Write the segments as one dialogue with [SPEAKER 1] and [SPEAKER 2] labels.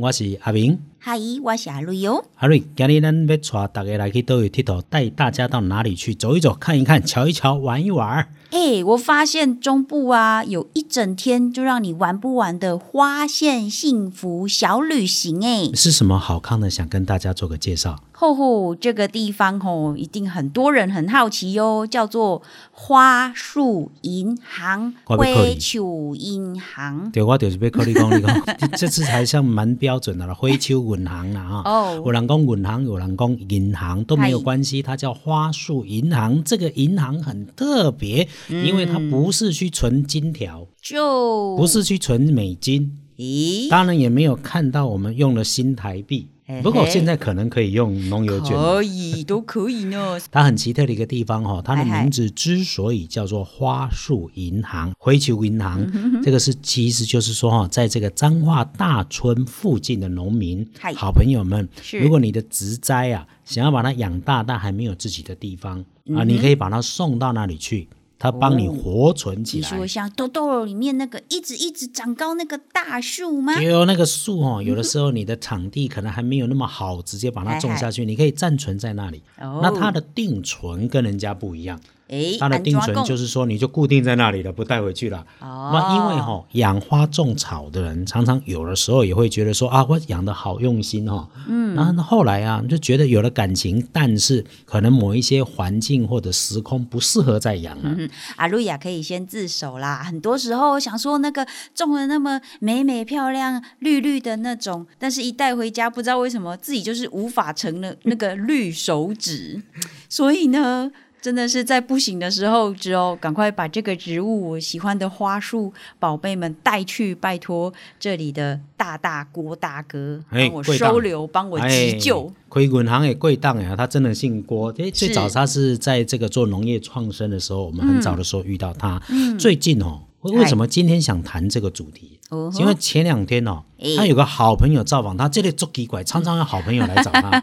[SPEAKER 1] 我是阿明，
[SPEAKER 2] 嗨，我是阿瑞哦。
[SPEAKER 1] 阿瑞，今日咱要带大家来去倒位佚佗，带大家到哪里去走一走、看一看、瞧一瞧、玩一玩。
[SPEAKER 2] 哎，我发现中部啊，有一整天就让你玩不完的花县幸福小旅行哎。
[SPEAKER 1] 是什么好看的？想跟大家做个介绍。
[SPEAKER 2] 吼吼，这个地方吼，一定很多人很好奇哟、叫做花树银行
[SPEAKER 1] 我要扣你
[SPEAKER 2] 树银行。
[SPEAKER 1] 对，我就是要靠你讲，你讲，你 这次还像蛮标准的了，灰丘银行啦啊。
[SPEAKER 2] 哦
[SPEAKER 1] 有，人讲银行，有人讲银行都没有
[SPEAKER 2] 嗨
[SPEAKER 1] 关系，它叫花束银行。这个银行很特别，因为它不是去存金条，
[SPEAKER 2] 就
[SPEAKER 1] 不，是去存美金，
[SPEAKER 2] 咦，
[SPEAKER 1] 当然也没有看到我们用了新台币
[SPEAKER 2] 嘿嘿。
[SPEAKER 1] 不过现在可能可以用农油券。
[SPEAKER 2] 可以，都可以呢。
[SPEAKER 1] 它很奇特的一个地方哦，它的
[SPEAKER 2] 嗨嗨
[SPEAKER 1] 名字之所以叫做花树银行、灰球银行，
[SPEAKER 2] 嗯
[SPEAKER 1] 这个是其实就是说哈，在这个彰化大村附近的农民
[SPEAKER 2] 嗨
[SPEAKER 1] 好朋友们，
[SPEAKER 2] 是
[SPEAKER 1] 如果你的植栽啊想要把它养大，但还没有自己的地方
[SPEAKER 2] 嗯
[SPEAKER 1] 啊，你可以把它送到那里去，它帮
[SPEAKER 2] 哦
[SPEAKER 1] 你活存 起
[SPEAKER 2] 你
[SPEAKER 1] 来。
[SPEAKER 2] 说像豆豆里面那个一直一直长高那个大树吗？
[SPEAKER 1] 也有那个树哦，有的时候你的场地可能还没有那么好，直接把它种下去，你可以暂存在那里。
[SPEAKER 2] 哎哦
[SPEAKER 1] 那它的定存跟人家不一样，
[SPEAKER 2] 哎，
[SPEAKER 1] 它的定
[SPEAKER 2] 安怎
[SPEAKER 1] 存
[SPEAKER 2] 讲
[SPEAKER 1] 就是说你就固定在那里了，不带回去了。
[SPEAKER 2] 哦
[SPEAKER 1] 那因为哈、哦、养花种草的人，常常有的时候也会觉得说啊，我养的好用心哦，嗯，然后后来啊就觉得有了感情，但是可能某一些环境或者时空不适合再
[SPEAKER 2] 嗯
[SPEAKER 1] 养了。
[SPEAKER 2] 阿露啊雅可以先自首啦。很多时候想说那个种的那么美美漂亮、绿绿的那种，但是一带回家，不知道为什么自己就是无法成了那个绿手指。所以呢，真的是在不行的时候，只有赶快把这个植物我喜欢的花束宝贝们带去，拜托这里的大大郭大哥
[SPEAKER 1] 哎
[SPEAKER 2] 帮我
[SPEAKER 1] 贵大
[SPEAKER 2] 收留，帮我急救。
[SPEAKER 1] 哎。亏滚行也贵档呀，他真的姓郭。哎，最早他是在这个做农业创生的时候，我们很早的时候遇到他。
[SPEAKER 2] 嗯
[SPEAKER 1] 最近哦，为为什么今天想谈这个主题？
[SPEAKER 2] 哦哎吼
[SPEAKER 1] 因为前两天哦，他有个好朋友造访他，这里做奇怪，常常有好朋友来找 他。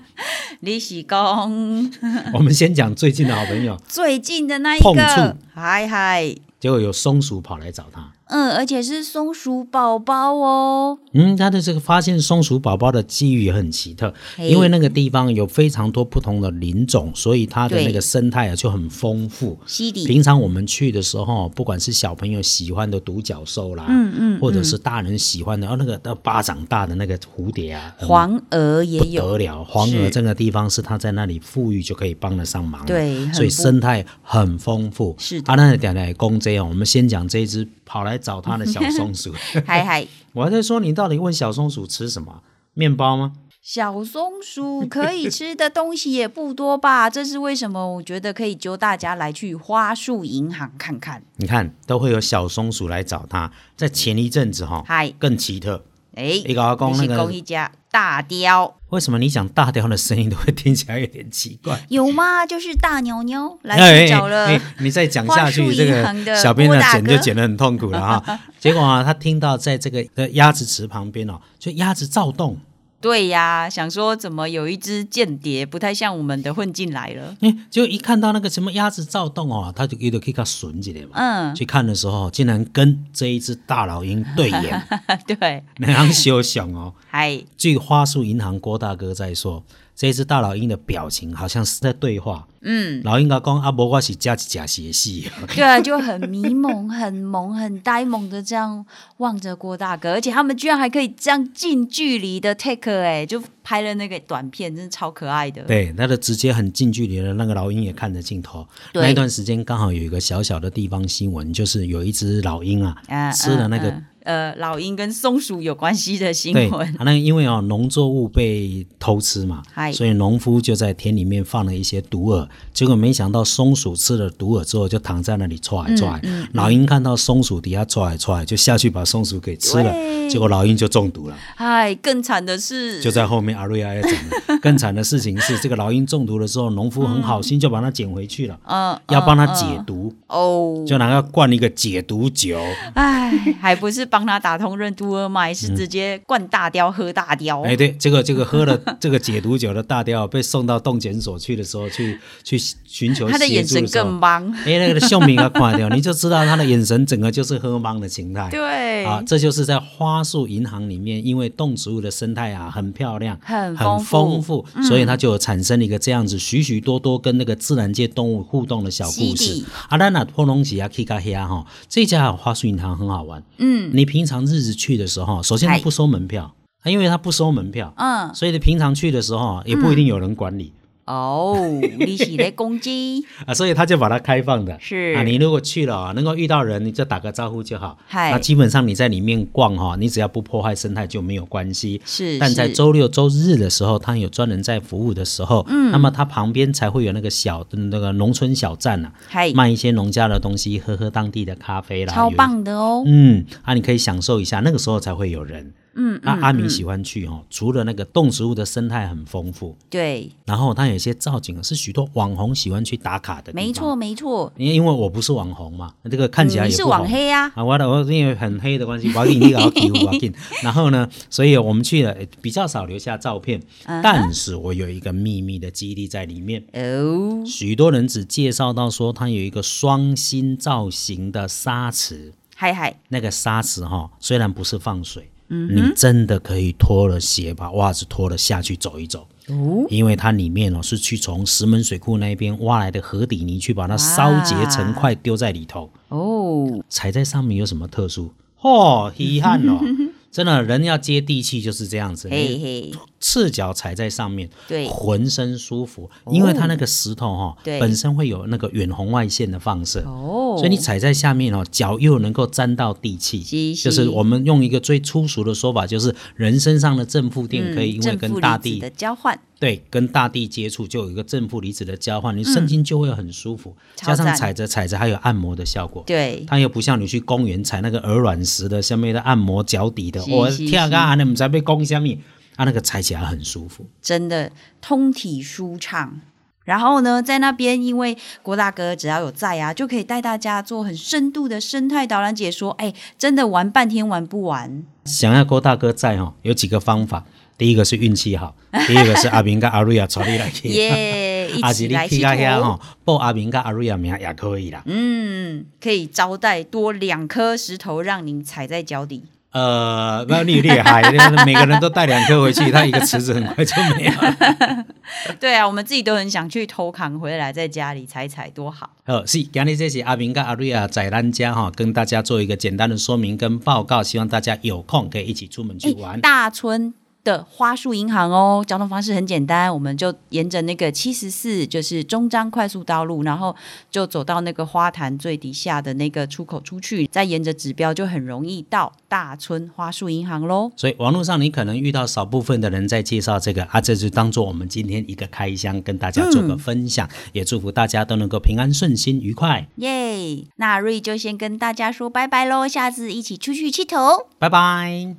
[SPEAKER 2] 你是讲
[SPEAKER 1] 我们先讲最近的好朋友，
[SPEAKER 2] 最近的那一
[SPEAKER 1] 碰
[SPEAKER 2] 个
[SPEAKER 1] 触，
[SPEAKER 2] 嗨嗨。
[SPEAKER 1] 结果有松鼠跑来找他。
[SPEAKER 2] 嗯，而且是松鼠宝宝哦。
[SPEAKER 1] 嗯，他的这个发现松鼠宝宝的机遇也很奇特，
[SPEAKER 2] 嘿
[SPEAKER 1] 因为那个地方有非常多不同的林种，所以它的
[SPEAKER 2] 对
[SPEAKER 1] 那个生态啊就很丰富。
[SPEAKER 2] 西迪，
[SPEAKER 1] 平常我们去的时候，不管是小朋友喜欢的独角兽啦，嗯嗯，或者是大人喜欢的，哦，那个呃巴掌大的那个蝴蝶啊，嗯
[SPEAKER 2] 黄鹅也
[SPEAKER 1] 不
[SPEAKER 2] 有，
[SPEAKER 1] 得了，黄鹅
[SPEAKER 2] 是
[SPEAKER 1] 这个地方是它在那里富裕就可以帮得上忙了，
[SPEAKER 2] 对很
[SPEAKER 1] 所以
[SPEAKER 2] 丰
[SPEAKER 1] 生态很丰富。
[SPEAKER 2] 是的
[SPEAKER 1] 啊，那讲来公这样，我们先讲这一只跑来找他的小松 鼠，
[SPEAKER 2] 嗨嗨，
[SPEAKER 1] 我还在说你到底问小松鼠吃什么？面包吗？
[SPEAKER 2] 小松鼠可以吃的东西也不多吧？这是为什么？我觉得可以揪大家来去花树银行看看。
[SPEAKER 1] 你看都会有小松鼠来找他。在前一阵子哈、
[SPEAKER 2] 嗨，
[SPEAKER 1] 更奇特，
[SPEAKER 2] 哎，
[SPEAKER 1] 你搞讲那
[SPEAKER 2] 是
[SPEAKER 1] 个
[SPEAKER 2] 公一家大雕
[SPEAKER 1] 为什么你讲大雕的声音都会听起来有点奇怪？
[SPEAKER 2] 有吗？就是大牛牛来
[SPEAKER 1] 哎
[SPEAKER 2] 去找了。
[SPEAKER 1] 哎哎你再讲下
[SPEAKER 2] 花
[SPEAKER 1] 去，
[SPEAKER 2] 束
[SPEAKER 1] 这
[SPEAKER 2] 银
[SPEAKER 1] 个
[SPEAKER 2] 行的
[SPEAKER 1] 小编呢
[SPEAKER 2] 郭大
[SPEAKER 1] 剪
[SPEAKER 2] 哥
[SPEAKER 1] 就剪得很痛苦了 啊！结果啊，他听到在这个呃鸭子池旁边哦，就鸭子躁动，
[SPEAKER 2] 对呀，想说怎么有一只间谍不太像我们的混进来了？
[SPEAKER 1] 哎，结果一看到那个什么鸭子躁动哦，他就有点可以给它损起来嘛。
[SPEAKER 2] 嗯，
[SPEAKER 1] 去看的时候，竟然跟这一只大老鹰对 眼，
[SPEAKER 2] 对，
[SPEAKER 1] 那样休想哦！
[SPEAKER 2] 嗨，
[SPEAKER 1] 据花束银行郭大哥在说，这只大老鹰的表情好像是在对话。嗯，老鹰讲讲啊，无我是加一加邪戏。
[SPEAKER 2] 对啊，就很迷蒙、很萌、很呆萌的这样望着郭大哥，而且他们居然还可以这样近距离的 take 哎、就拍了那个短片，真的超可爱的。
[SPEAKER 1] 对，那个直接很近距离的那个老鹰也看着镜头。
[SPEAKER 2] 对
[SPEAKER 1] 那一段时间刚好有一个小小的地方新闻，就是有一只老鹰啊，
[SPEAKER 2] 嗯
[SPEAKER 1] 吃了那个。
[SPEAKER 2] 嗯嗯呃老鹰跟松鼠有关系的新
[SPEAKER 1] 对，
[SPEAKER 2] 闻，
[SPEAKER 1] 啊，那因为哦，农作物被偷吃嘛
[SPEAKER 2] 嗨，
[SPEAKER 1] 所以农夫就在田里面放了一些毒饵，结果没想到松鼠吃了毒饵之后，就躺在那里唰来唰来。老鹰看到松鼠底下唰来唰来，就下去把松鼠给吃了，
[SPEAKER 2] 对
[SPEAKER 1] 结果老鹰就中毒了。
[SPEAKER 2] 哎，更惨的是，
[SPEAKER 1] 就在后面，阿瑞亚也讲了，更惨的事情是，这个老鹰中毒了之后，农夫很好心就把它捡回去了，
[SPEAKER 2] 嗯
[SPEAKER 1] 要帮它解毒，
[SPEAKER 2] 哦，
[SPEAKER 1] 就拿它灌一个解毒酒。
[SPEAKER 2] 哎，还不是帮他打通任督二脉，是直接灌大雕喝大雕。
[SPEAKER 1] 哎，对，这个这个喝了这个解毒酒的大雕被送到冻检所去的时候，去去寻求
[SPEAKER 2] 他的眼神更
[SPEAKER 1] 忙。
[SPEAKER 2] 忙，
[SPEAKER 1] 哎，那个秀明啊，垮掉，你就知道他的眼神整个就是喝懵的形 态。
[SPEAKER 2] 对，
[SPEAKER 1] 啊，这就是在花束银行里面，因为动植物的生态啊很漂亮，
[SPEAKER 2] 很丰
[SPEAKER 1] 丰
[SPEAKER 2] 富嗯
[SPEAKER 1] 富，所以它就有产生了一个这样子许许多多跟那个自然界动物互动的小故
[SPEAKER 2] 基
[SPEAKER 1] 事
[SPEAKER 2] 地。
[SPEAKER 1] 啊，那那托隆吉啊，K 卡黑啊哈，这家花束银行很好玩。嗯，你平常日子去的时候，首先它
[SPEAKER 2] 嗨
[SPEAKER 1] 不收门票，啊它因为它不收门票，
[SPEAKER 2] 嗯，
[SPEAKER 1] 所以你平常去的时候也不一定有人管理。
[SPEAKER 2] 哦，你是在攻击，
[SPEAKER 1] 啊，所以他就把它开放的。
[SPEAKER 2] 是
[SPEAKER 1] 啊，你如果去了啊，能够遇到人，你就打个招呼就好。
[SPEAKER 2] 嗨
[SPEAKER 1] 那基本上你在里面逛哈、你只要不破坏生态就没有关系。
[SPEAKER 2] 是
[SPEAKER 1] 但在
[SPEAKER 2] 是
[SPEAKER 1] 周六周日的时候，他有专人在服务的时候，嗯，那么它旁边才会有那个小那个农村小站啊，
[SPEAKER 2] 嗨，
[SPEAKER 1] 卖一些农家的东西，喝喝当地的咖啡啦，
[SPEAKER 2] 超
[SPEAKER 1] 有一
[SPEAKER 2] 棒的哦，
[SPEAKER 1] 嗯，啊，你可以享受一下，那个时候才会有人。嗯，那、阿明喜欢去哦，除了那个动植物的生态很丰富，
[SPEAKER 2] 对，
[SPEAKER 1] 然后它有一些造景是许多网红喜欢去打卡的地方。
[SPEAKER 2] 没错没错，
[SPEAKER 1] 因因为我不是网红嘛，这个看起来
[SPEAKER 2] 你
[SPEAKER 1] 也
[SPEAKER 2] 是
[SPEAKER 1] 不
[SPEAKER 2] 网
[SPEAKER 1] 红
[SPEAKER 2] 黑啊，
[SPEAKER 1] 啊，我的我因为很黑的关系，我给你搞 Q 我给，然后呢，所以我们去了诶比较少留下照片，
[SPEAKER 2] 嗯
[SPEAKER 1] 但是我有一个秘密的基地在里面。
[SPEAKER 2] 哦，
[SPEAKER 1] 许多人只介绍到说，它有一个双心造型的沙池，
[SPEAKER 2] 嗨嗨，
[SPEAKER 1] 那个沙池哈、虽然不是放水，
[SPEAKER 2] 嗯
[SPEAKER 1] 你真的可以脱了鞋，把袜子脱了下去走一走。
[SPEAKER 2] 哦，
[SPEAKER 1] 因为它里面哦是去从石门水库那边挖来的河底泥去把它烧结成块丢在里头，
[SPEAKER 2] 哦，
[SPEAKER 1] 踩在上面有什么特殊？哦，遗憾 哦，真的人要接地气就是这样子，
[SPEAKER 2] 嘿
[SPEAKER 1] 你
[SPEAKER 2] 嘿，
[SPEAKER 1] 赤脚踩在上面，
[SPEAKER 2] 对哦
[SPEAKER 1] 浑身舒服，因为它那个石头哈、
[SPEAKER 2] 对
[SPEAKER 1] 本身会有那个远红外线的放射。
[SPEAKER 2] 哦，
[SPEAKER 1] 所以你踩在下面哦，脚又能够沾到地气，
[SPEAKER 2] 是是
[SPEAKER 1] 就是我们用一个最粗俗的说法，就是人身上的正负电可以因为
[SPEAKER 2] 嗯正
[SPEAKER 1] 跟
[SPEAKER 2] 负
[SPEAKER 1] 大
[SPEAKER 2] 离子
[SPEAKER 1] 地
[SPEAKER 2] 的交换，
[SPEAKER 1] 对，跟大地接触就有一个正负离子的交换，你身心就会很舒服，
[SPEAKER 2] 嗯超
[SPEAKER 1] 加上
[SPEAKER 2] 赞
[SPEAKER 1] 踩着踩着还有按摩的效果。
[SPEAKER 2] 对，
[SPEAKER 1] 它又不像你去公园踩那个鹅卵石的，下面的按摩脚底的，
[SPEAKER 2] 是
[SPEAKER 1] 我
[SPEAKER 2] 是
[SPEAKER 1] 跳啊
[SPEAKER 2] 是
[SPEAKER 1] 个安你们才被攻下面，啊，那个踩起来很舒服。
[SPEAKER 2] 真的通体舒畅。然后呢，在那边，因为郭大哥只要有在啊，就可以带大家做很深度的生态导览解说。哎，真的玩半天玩不完，
[SPEAKER 1] 想要郭大哥在哦，有几个方法，第一个是运气好，第二个是阿明跟阿瑞亚传你来去。
[SPEAKER 2] 耶、
[SPEAKER 1] 啊是
[SPEAKER 2] 一起
[SPEAKER 1] 你
[SPEAKER 2] 来
[SPEAKER 1] 去
[SPEAKER 2] 西
[SPEAKER 1] 到遐
[SPEAKER 2] 头。
[SPEAKER 1] 吼，报阿明跟阿瑞亚名也可以啦。
[SPEAKER 2] 嗯，可以招待多两颗石头让你踩在脚底。
[SPEAKER 1] 呃，那你厉害，就是每个人都带两颗回去，他一个池子很快就没有了。
[SPEAKER 2] 对啊，我们自己都很想去偷扛回来，在家里踩踩多好。
[SPEAKER 1] 好，是，今日这是阿明跟阿瑞啊在咱家哈，跟大家做一个简单的说明跟报告，希望大家有空可以一起出门去玩。
[SPEAKER 2] 哎大村的花树银行哦，交通方式很简单，我们就沿着那个七十四，就是中彰快速道路，然后就走到那个花坛最底下的那个出口出去，再沿着指标就很容易到大村花树银行喽。
[SPEAKER 1] 所以网络上你可能遇到少部分的人在介绍这个啊，这就当做我们今天一个开箱，跟大家做
[SPEAKER 2] 嗯
[SPEAKER 1] 个分享，也祝福大家都能够平安顺心愉快，
[SPEAKER 2] 耶、那瑞就先跟大家说拜拜喽，下次一起出去气头。
[SPEAKER 1] 拜拜。